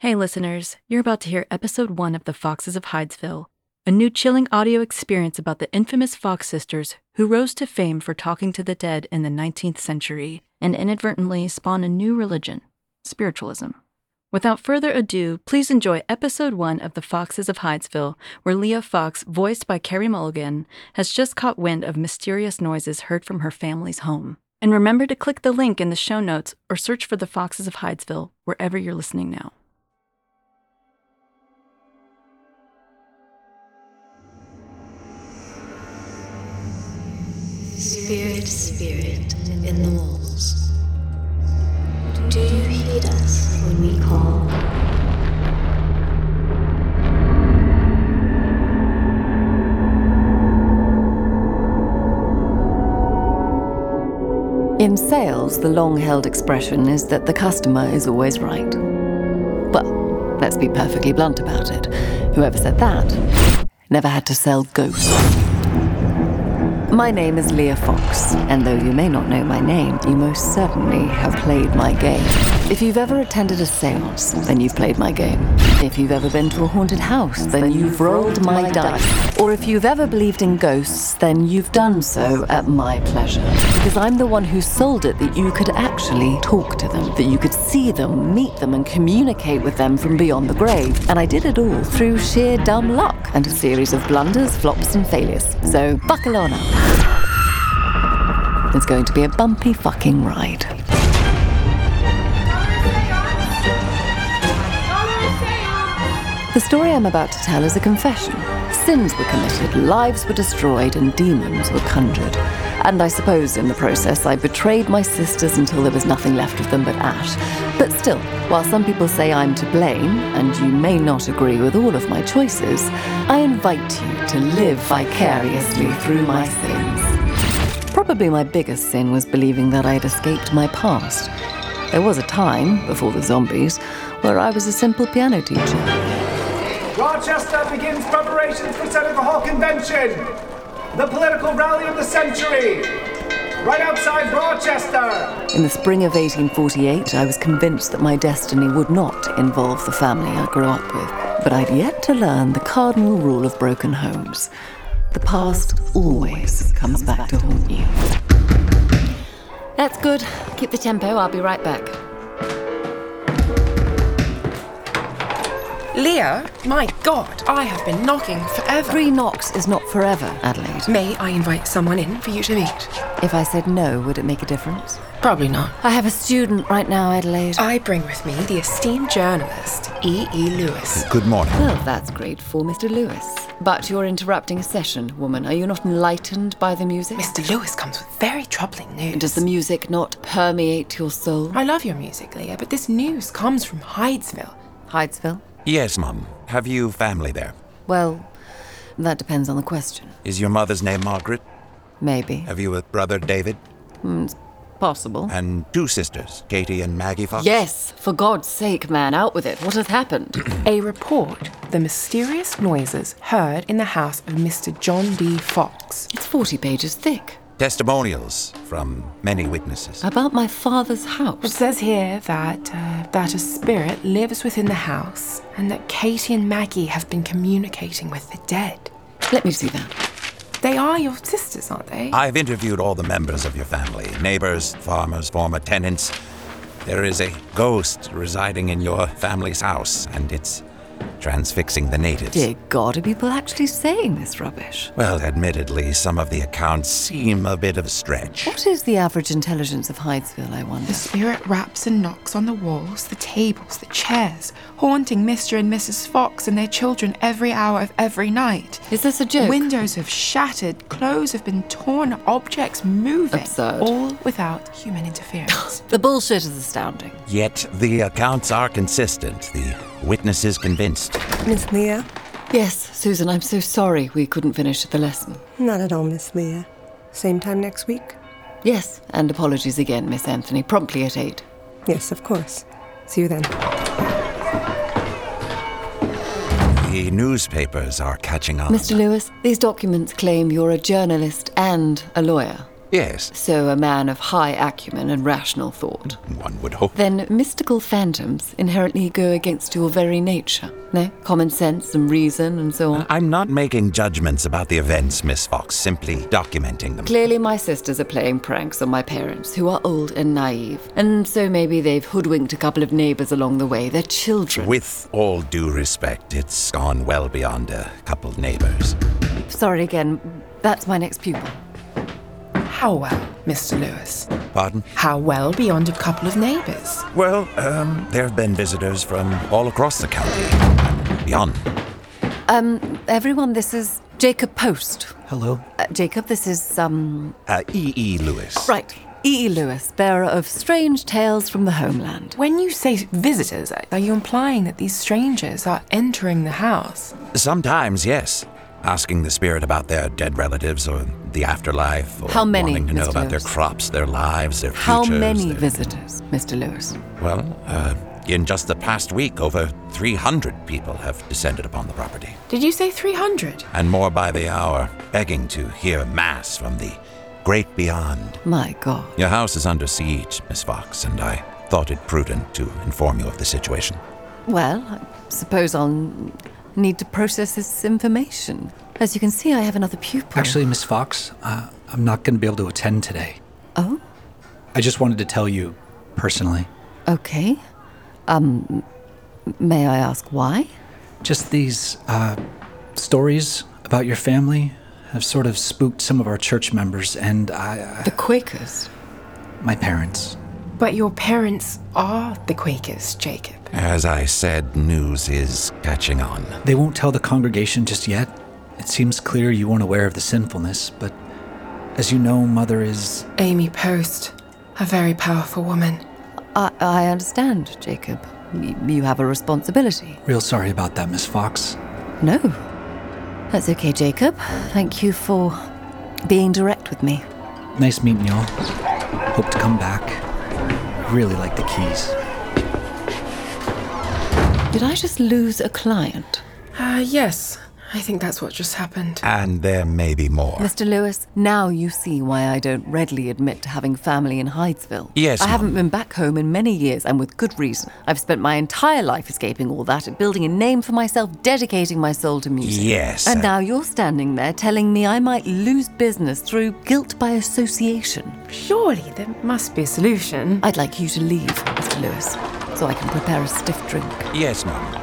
Hey, listeners, you're about to hear episode one of The Foxes of Hydesville, a new chilling audio experience about the infamous Fox sisters who rose to fame for talking to the dead in the 19th century and inadvertently spawned a new religion, spiritualism. Without further ado, please enjoy episode one of The Foxes of Hydesville, where Leah Fox, voiced by Carrie Mulligan, has just caught wind of mysterious noises heard from her family's home. And remember to click the link in the show notes or search for The Foxes of Hydesville wherever you're listening now. Spirit, spirit, in the walls. Do you heed us when we call? In sales, the long held expression is that the customer is always right. Well, let's be perfectly blunt about it. Whoever said that never had to sell ghosts. My name is Leah Fox, and though you may not know my name, you most certainly have played my game. If you've ever attended a seance, then you've played my game. If you've ever been to a haunted house, then you've rolled my dice. Or if you've ever believed in ghosts, then you've done so at my pleasure. Because I'm the one who sold it that you could actually talk to them, that you could see them, meet them, and communicate with them from beyond the grave. And I did it all through sheer dumb luck and a series of blunders, flops, and failures. So buckle on up. It's going to be a bumpy fucking ride. The story I'm about to tell is a confession. Sins were committed, lives were destroyed, and demons were conjured. And I suppose in the process, I betrayed my sisters until there was nothing left of them but ash. But still, while some people say I'm to blame, and you may not agree with all of my choices, I invite you to live vicariously through my sins. Probably my biggest sin was believing that I had escaped my past. There was a time, before the zombies, where I was a simple piano teacher. Rochester begins preparations for Senator Hall Convention, the political rally of the century, right outside Rochester. In the spring of 1848, I was convinced that my destiny would not involve the family I grew up with, but I'd yet to learn the cardinal rule of broken homes. The past always comes back to haunt you. That's good. Keep the tempo. I'll be right back. Leah, my God, I have been knocking forever. Three knocks is not forever, Adelaide. May I invite someone in for you to meet? If I said no, would it make a difference? Probably not. I have a student right now, Adelaide. I bring with me the esteemed journalist, E. E. Lewis. Good morning. Well, that's great for Mr. Lewis. But you're interrupting a session, woman. Are you not enlightened by the music? Mr. Lewis comes with very troubling news. Does the music not permeate your soul? I love your music, Leah, but this news comes from Hydesville. Hydesville? Yes, Mum. Have you family there? Well, that depends on the question. Is your mother's name Margaret? Maybe. Have you a brother, David? Possible. And two sisters, Katie and Maggie Fox? Yes, for God's sake, man, out with it. What has happened? A report the mysterious noises heard in the house of Mr. John D. Fox. it's 40 pages thick. Testimonials from many witnesses. About my father's It house. says here that uh, that a spirit lives within the house and that Katie and Maggie have been communicating with the dead. Let me see that. They are your sisters, aren't they? I've interviewed all the members of your family neighbors, farmers, former tenants. There is a ghost residing in your family's house, and it's transfixing the natives. Dear God, are people actually saying this rubbish? Well, admittedly, some of the accounts seem a bit of a stretch. What is the average intelligence of Hydesville, I wonder? The spirit raps and knocks on the walls, the tables, the chairs, haunting Mr. and Mrs. Fox and their children every hour of every night. Is this a joke? Windows have shattered, clothes have been torn, objects moving. Absurd. All without human interference. the bullshit is astounding. Yet the accounts are consistent, the witnesses convinced. Miss Leah? Yes, Susan, I'm so sorry we couldn't finish the lesson. Not at all, Miss Leah. Same time next week? Yes, and apologies again, Miss Anthony, promptly at eight. Yes, of course. See you then. The newspapers are catching on. Mr. Lewis, these documents claim you're a journalist and a lawyer. Yes, So a man of high acumen and rational thought. one would hope. Then mystical phantoms inherently go against your very nature. No? Common sense and reason and so on. I'm not making judgments about the events, Miss Fox, simply documenting them. Clearly, my sisters are playing pranks on my parents, who are old and naive. And so maybe they've hoodwinked a couple of neighbours along the way. They're children. With all due respect, it's gone well beyond a couple neighbors. Sorry again, that's my next pupil. How well, Mr. Lewis? Pardon? How well beyond a couple of neighbours? Well, um, there have been visitors from all across the county. Beyond. Um, Everyone, this is Jacob Post. Hello. Uh, Jacob, this is, um. Uh, E. E. Lewis. Right. E. E. Lewis, bearer of strange tales from the homeland. When you say visitors, are you implying that these strangers are entering the house? Sometimes, yes. Asking the spirit about their dead relatives or the afterlife, or How many, wanting to know Mr. about their Lewis? crops, their lives, their How futures. many their- visitors, Mr. Lewis? Well, uh, in just the past week, over 300 people have descended upon the property, Did you say 300? and more by the hour, begging to hear Mass from the great beyond. My God. Your house is under siege, Miss Fox, and I thought it prudent to inform you of the situation. Well, I suppose I'll need to process this information. As you can see, I have another pupil. Actually, Miss Fox, uh, I'm not going to be able to attend today. Oh, I just wanted to tell you personally. okay. Um, may I ask why? Just these uh, stories about your family have sort of spooked some of our church members and I, The Quakers. I, my parents. But your parents are the Quakers, Jacob. As I said, news is catching on. They won't tell the congregation just yet. It seems clear you weren't aware of the sinfulness, but as you know, Mother is. Amy Post, a very powerful woman. I, I understand, Jacob. Y- you have a responsibility. Real sorry about that, Miss Fox. No. That's okay, Jacob. Thank you for being direct with me. Nice meeting y'all. Hope to come back. Really like the keys. Did I just lose a client? Uh, yes, I think that's what just happened. And there may be more. Mr. Lewis, now you see why I don't readily admit to having family in Hydesville. Yes, I ma'am. haven't been back home in many years, and with good reason. I've spent my entire life escaping all that, and building a name for myself, dedicating my soul to music. Yes, And uh, now you're standing there telling me I might lose business through guilt by association. Surely there must be a solution. I'd like you to leave, Mr. Lewis, so I can prepare a stiff drink. Yes, ma'am.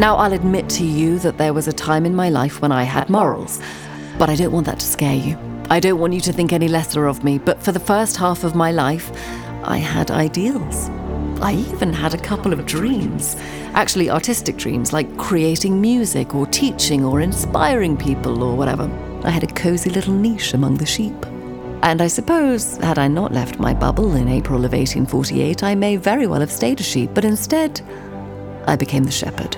Now, I'll admit to you that there was a time in my life when I had morals, but I don't want that to scare you. I don't want you to think any lesser of me, but for the first half of my life, I had ideals. I even had a couple of dreams. Actually, artistic dreams, like creating music or teaching or inspiring people or whatever. I had a cozy little niche among the sheep. And I suppose, had I not left my bubble in April of 1848, I may very well have stayed a sheep, but instead, I became the shepherd.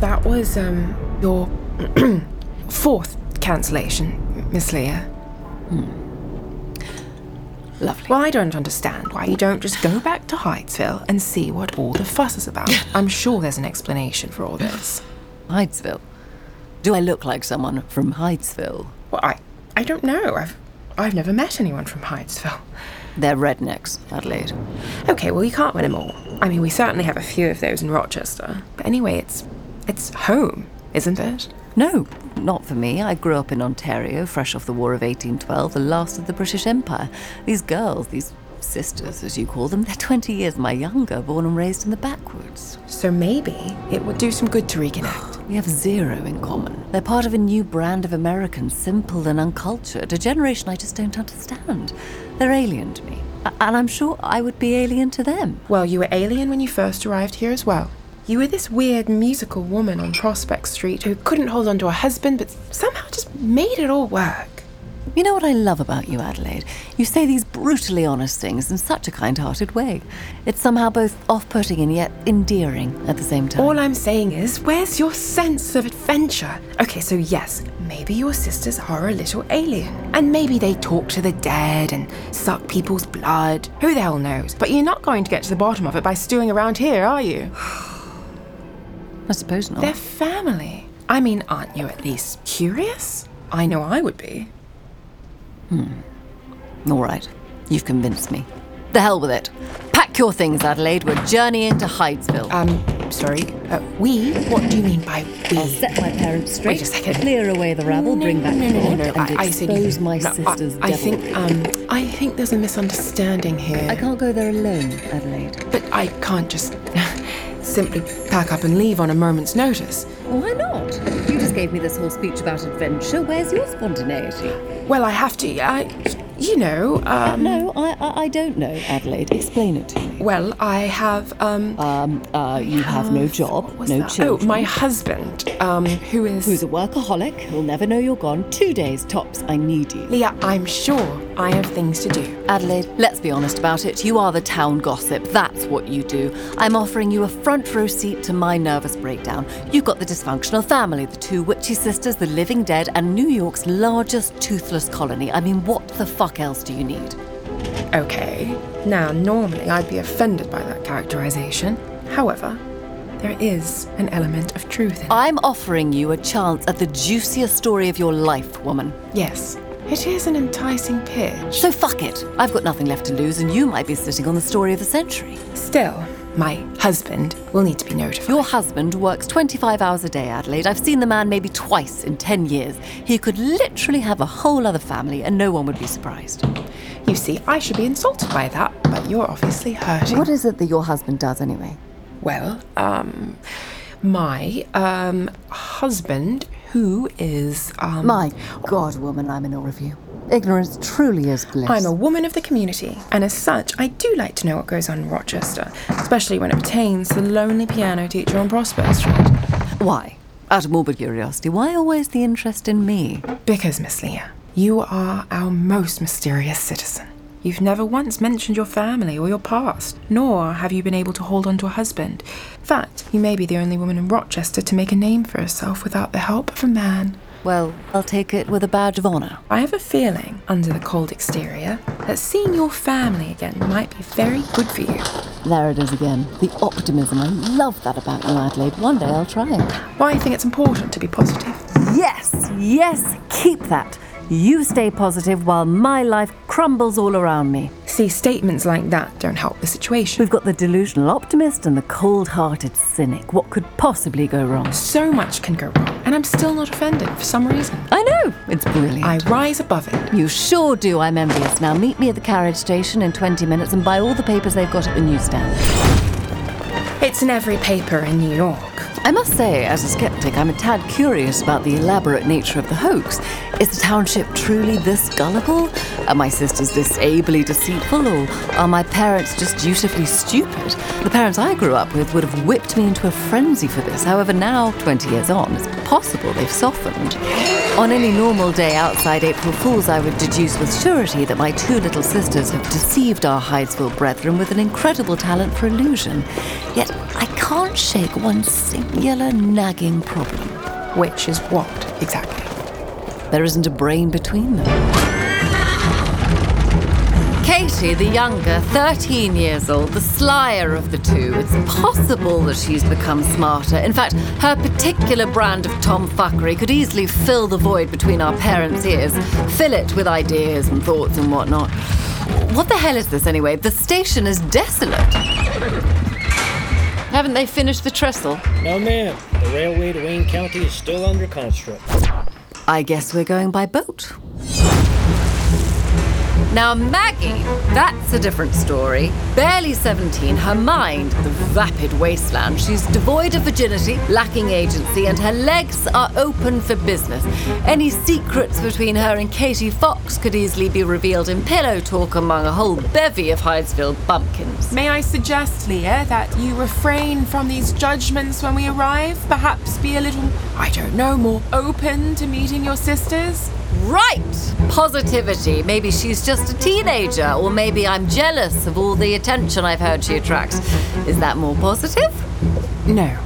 That was, um, your fourth cancellation, Miss Leah. Hmm. Lovely. Well, I don't understand why you don't just go back to Hydesville and see what all the fuss is about. I'm sure there's an explanation for all this. Hydesville. Do I look like someone from Hydesville? Well, I, I don't know. I've, I've never met anyone from Hydesville. They're rednecks, Adelaide. Okay, well, you can't win 'em all. I mean, we certainly have a few of those in Rochester. But anyway, it's, it's home, isn't it? No, not for me. I grew up in Ontario, fresh off the War of 1812, the last of the British Empire. These girls, these sisters, as you call them, they're 20 years my younger, born and raised in the backwoods. So maybe it would do some good to reconnect. We have zero in common. They're part of a new brand of Americans, simple and uncultured, a generation I just don't understand. They're alien to me. A- And I'm sure I would be alien to them. Well, you were alien when you first arrived here as well. You were this weird musical woman on Prospect Street who couldn't hold on to her husband, but somehow just made it all work. You know what I love about you, Adelaide? You say these brutally honest things in such a kind hearted way. It's somehow both off putting and yet endearing at the same time. All I'm saying is, where's your sense of adventure? Okay, so yes, maybe your sisters are a little alien. And maybe they talk to the dead and suck people's blood. Who the hell knows? But you're not going to get to the bottom of it by stewing around here, are you? I suppose not. They're family. I mean, aren't you at least curious? I know I would be. All right. You've convinced me. The hell with it. Pack your things, Adelaide. We're journeying to Hydesville. Um, sorry. Uh, we? What do you mean by we? Set my parents straight. Wait a second. Clear away the rabble. bring back no, no, no, God no, no. and I, I said expose you. my No, sister's I, I devilry. think, um, I think there's a misunderstanding here. I can't go there alone, Adelaide. But I can't just simply pack up and leave on a moment's notice. Why not? You just gave me this whole speech about adventure. Where's your spontaneity? Well, I have to. I, you know. Um, No, I, I, I don't know, Adelaide. Explain it to me. Well, I have. Um, Um, uh, you have no job, what was no that? children. Oh, my husband. Um, who is? Who's a workaholic? He'll never know you're gone. Two days tops. I need you. Leah? I'm sure I have things to do. Adelaide, let's be honest about it. You are the town gossip. That's what you do. I'm offering you a front row seat to my nervous breakdown. You've got the dysfunctional family, the two witchy sisters, the living dead, and New York's largest toothless colony. I mean, what the fuck else do you need? Okay. Now, normally I'd be offended by that characterization. However, there is an element of truth in Uh, it. I'm offering you a chance at the juiciest story of your life, woman. Yes, it is an enticing pitch. So fuck it. I've got nothing left to lose, and you might be sitting on the story of the century. Still, my husband will need to be notified. Your husband works 25 hours a day, Adelaide. I've seen the man maybe twice in 10 years. He could literally have a whole other family, and no one would be surprised. You see, I should be insulted by that, but you're obviously hurting. What is it that your husband does, anyway? Well, um, my um husband, who is um, My God, woman, I'm in awe of you. Ignorance truly is bliss. I'm a woman of the community, and as such, I do like to know what goes on in Rochester, especially when it pertains to the lonely piano teacher on Prospect Street. Why? Out of morbid curiosity, why always the interest in me? Because, Miss Leah, you are our most mysterious citizen. You've never once mentioned your family or your past, nor have you been able to hold on to a husband. In fact, you may be the only woman in Rochester to make a name for herself without the help of a man. Well, I'll take it with a badge of honour. I have a feeling, under the cold exterior, that seeing your family again might be very good for you. There it is again. The optimism. I love that about you, Adelaide. One day I'll try it. Why I think it's important to be positive. Yes, yes, keep that. You stay positive while my life crumbles all around me. See, statements like that don't help the situation. We've got the delusional optimist and the cold hearted cynic. What could possibly go wrong? So much can go wrong, and I'm still not offended for some reason. I know, it's brilliant. I rise above it. you sure do. I'm envious. Now meet me at the carriage station in 20 minutes and buy all the papers they've got at the newsstand. It's in every paper in New York. I must say, as a skeptic, I'm a tad curious about the elaborate nature of the hoax. Is the township truly this gullible? Are my sisters this ably deceitful? Or are my parents just dutifully stupid? The parents I grew up with would have whipped me into a frenzy for this. However, now, 20 years on, it's possible they've softened. On any normal day outside April Fool's, I would deduce with surety that my two little sisters have deceived our Hydesville brethren with an incredible talent for illusion. Yet I can't shake one singular nagging problem. Which is what exactly? There isn't a brain between them. Katie, the younger, 13 years old, the slyer of the two, it's possible that she's become smarter. In fact, her particular brand of tomfuckery could easily fill the void between our parents' ears, fill it with ideas and thoughts and whatnot. What the hell is this anyway? The station is desolate. Haven't they finished the trestle? No, ma'am. The railway to Wayne County is still under construction. I guess we're going by boat. Now, Maggie, that's a different story. Barely 17, her mind, the vapid wasteland. She's devoid of virginity, lacking agency, and her legs are open for business. Any secrets between her and Katie Fox could easily be revealed in pillow talk among a whole bevy of Hydesville bumpkins. May I suggest, Leah, that you refrain from these judgments when we arrive? Perhaps be a little, I don't know, more open to meeting your sisters? Right! Positivity. Maybe she's just a teenager, or maybe I'm jealous of all the attention I've heard she attracts. Is that more positive? No.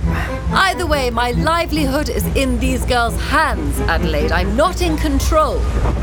Either way, my livelihood is in these girls' hands, Adelaide. I'm not in control.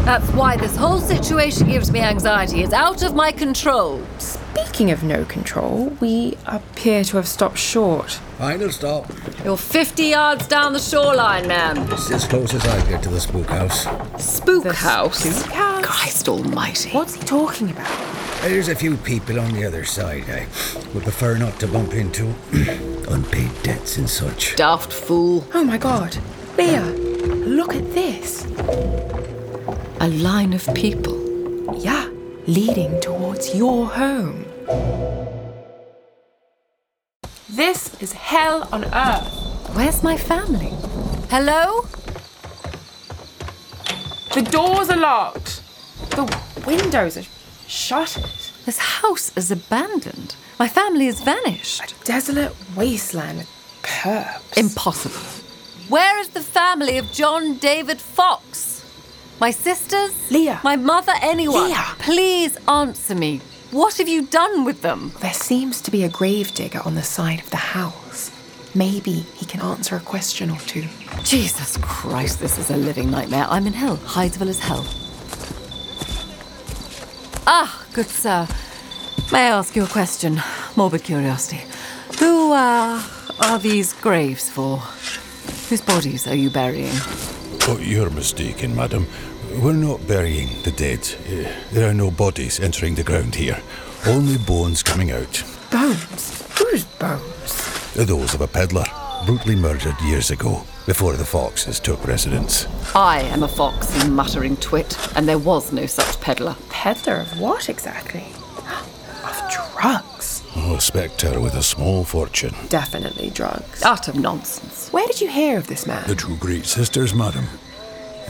That's why this whole situation gives me anxiety. It's out of my control. Speaking of no control, we appear to have stopped short. Final stop. You're 50 yards down the shoreline, ma'am. It's as close as I get to the spook house. Spook house. Christ almighty. What's he talking about? There's a few people on the other side I would prefer not to bump into. Unpaid debts and such. Daft fool. Oh my god. Leah, look at this. A line of people. Yeah, leading towards your home. This is hell on earth. Where's my family? Hello? The doors are locked. The windows are shuttered. This house is abandoned. My family has vanished. A desolate wasteland with perps. Impossible. Where is the family of John David Fox? My sisters? Leah. My mother, anyone? Leah. Please answer me. What have you done with them? There seems to be a gravedigger on the side of the house. Maybe he can answer a question or two. Jesus Christ, this is a living nightmare. I'm in hell. Hydesville is hell. Ah, good sir. May I ask you a question? Morbid curiosity. Who uh, are these graves for? Whose bodies are you burying? Oh, you're mistaken, madam. We're not burying the dead. Uh, There are no bodies entering the ground here, only bones coming out. Bones? Whose bones? Those of a peddler, brutally murdered years ago, before the foxes took residence. I am a fox, you muttering twit, and there was no such peddler. Peddler of what exactly? of drugs. Oh, a spectre with a small fortune. Definitely drugs. Utter nonsense. Where did you hear of this man? The two great sisters, madam.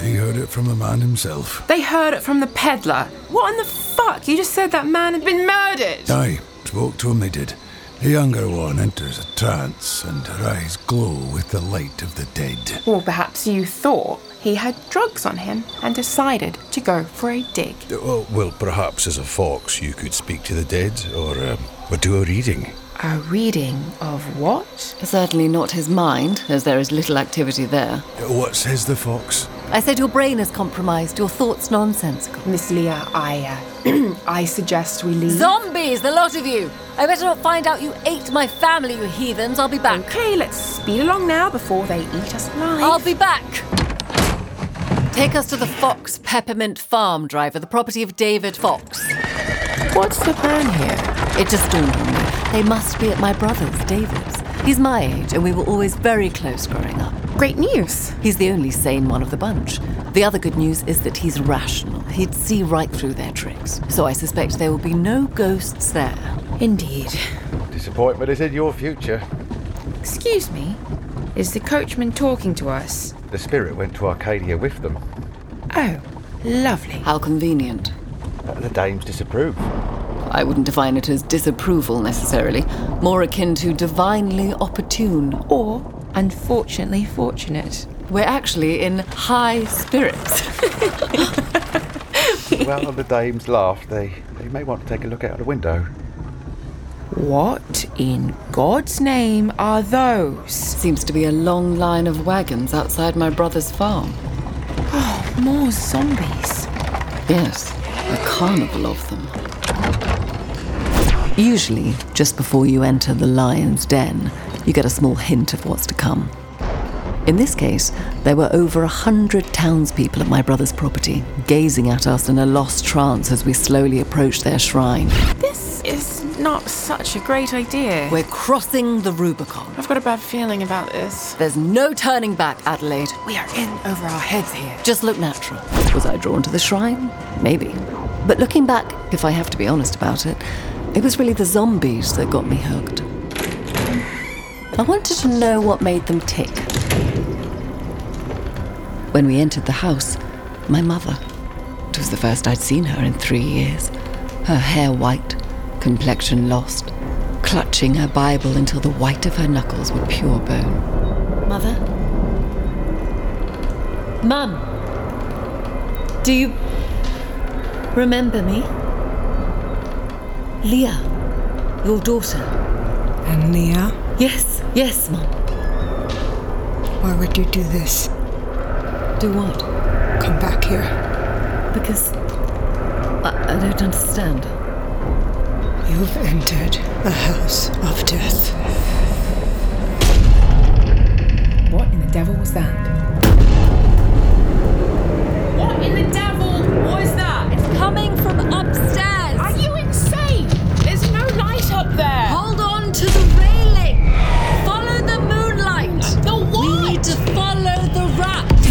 You heard it from the man himself. They heard it from the peddler. What in the fuck? You just said that man had been murdered. I spoke to him, they did. The younger one enters a trance, and her eyes glow with the light of the dead. Or perhaps you thought he had drugs on him and decided to go for a dig. Oh, well, perhaps as a fox you could speak to the dead, or, um, or do a reading. A reading of what? Certainly not his mind, as there is little activity there. What says the fox? I said your brain is compromised, your thoughts nonsensical. Miss Leah, I, uh, I suggest we leave. Zombies, the lot of you! I better not find out you ate my family, you heathens. I'll be back. Okay, let's speed along now before they eat us alive. I'll be back! Take us to the Fox Peppermint Farm, driver, the property of David Fox. What's the plan here? It just dawned on me. They must be at my brother's, David's. He's my age, and we were always very close growing up. Great news. He's the only sane one of the bunch. The other good news is that he's rational. He'd see right through their tricks. So I suspect there will be no ghosts there. Indeed. Disappointment is in your future. Excuse me. Is the coachman talking to us? The spirit went to Arcadia with them. Oh, lovely. How convenient. Uh, The dames disapprove. I wouldn't define it as disapproval necessarily, more akin to divinely opportune. Or, unfortunately, fortunate. We're actually in high spirits. well, the dames laughed. They, they may want to take a look out the window. What in God's name are those? Seems to be a long line of wagons outside my brother's farm. Oh, more zombies. Yes, a carnival of them. Usually, just before you enter the lion's den, you get a small hint of what's to come. In this case, there were over a hundred townspeople at my brother's property, gazing at us in a lost trance as we slowly approached their shrine. This is not such a great idea. We're crossing the Rubicon. I've got a bad feeling about this. There's no turning back, Adelaide. We are in over our heads here. Just look natural. Was I drawn to the shrine? Maybe. But looking back, if I have to be honest about it, it was really the zombies that got me hooked. I wanted to know what made them tick. When we entered the house, my mother. It was the first I'd seen her in three years. Her hair white, complexion lost, clutching her Bible until the white of her knuckles were pure bone. Mother? Mum, do you remember me? Leah, your daughter. And Leah? Yes, yes, Mum. Why would you do this? Do what? Come back here. Because I, I don't understand. You've entered the house of death. What in the devil was that? What in the devil was that? It's coming from upstairs. Are you insane? There's no light up there. Hold on to the railing. Follow the moonlight. The what? We need to follow the rats.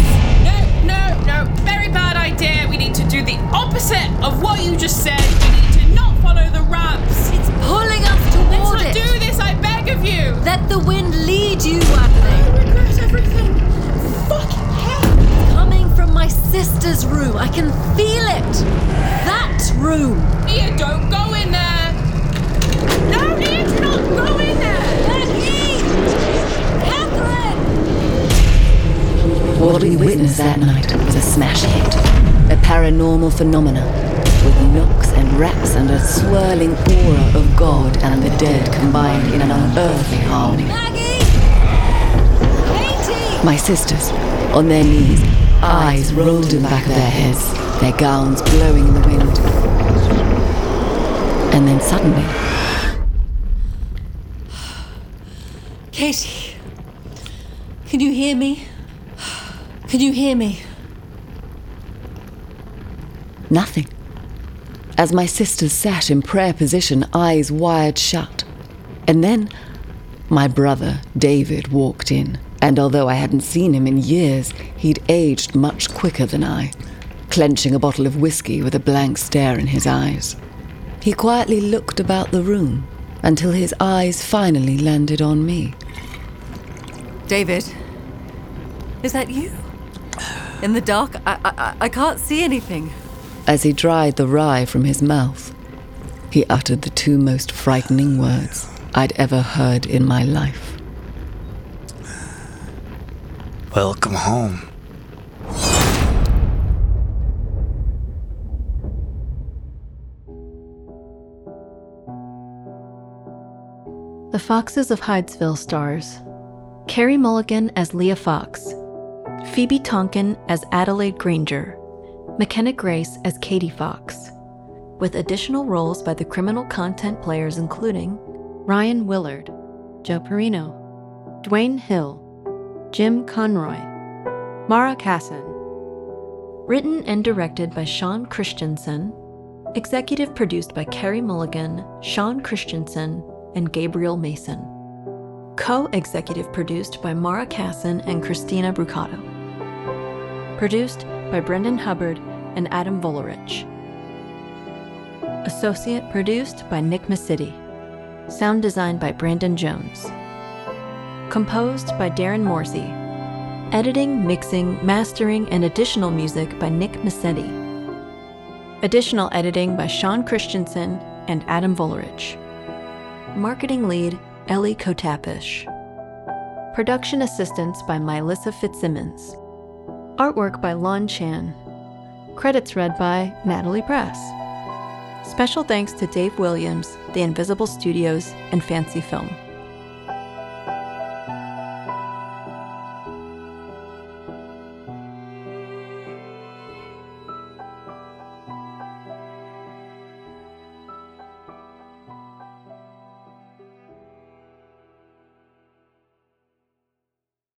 No, no, no. Very bad idea. We need to do the opposite of what you just said. We need to not follow the ramps. It's pulling us toward Let's not it. do this, I beg of you. Let the wind lead you, Adelaide. I regret everything. Fucking hell. Coming from my sister's room. I can feel it. That room. Nia, don't go in there. No, Nia, do not go in there. What we witnessed that night was a smash hit, a paranormal phenomenon, with knocks and raps and a swirling aura of God and the dead combined in an unearthly harmony. My sisters, on their knees, eyes rolled in the back of their heads, their gowns blowing in the wind. And then suddenly, Katie, can you hear me? Can you hear me? Nothing. As my sisters sat in prayer position, eyes wired shut. And then my brother, David, walked in. And although I hadn't seen him in years, he'd aged much quicker than I, clenching a bottle of whiskey with a blank stare in his eyes. He quietly looked about the room until his eyes finally landed on me. David, is that you? In the dark, I, I, I- I can't see anything. As he dried the rye from his mouth, he uttered the two most frightening words I'd ever heard in my life. Welcome home. The Foxes of Hydesville stars Carrie Mulligan as Leah Fox, Phoebe Tonkin as Adelaide Granger, McKenna Grace as Katie Fox, with additional roles by the criminal content players including Ryan Willard, Joe Perino, Dwayne Hill, Jim Conroy, Mara Casson. Written and directed by Sean Christensen, executive produced by Carrie Mulligan, Sean Christensen, and Gabriel Mason. Co executive produced by Mara Casson and Christina Brucato. Produced by Brendan Hubbard and Adam Volerich. Associate produced by Nick Massidi. Sound designed by Brandon Jones. Composed by Darren Morsey. Editing, mixing, mastering, and additional music by Nick Massetti. Additional editing by Sean Christensen and Adam Volerich. Marketing lead Ellie Kotapish. Production assistance by Mylissa Fitzsimmons. Artwork by Lon Chan. Credits read by Natalie Press. Special thanks to Dave Williams, The Invisible Studios, and Fancy Film.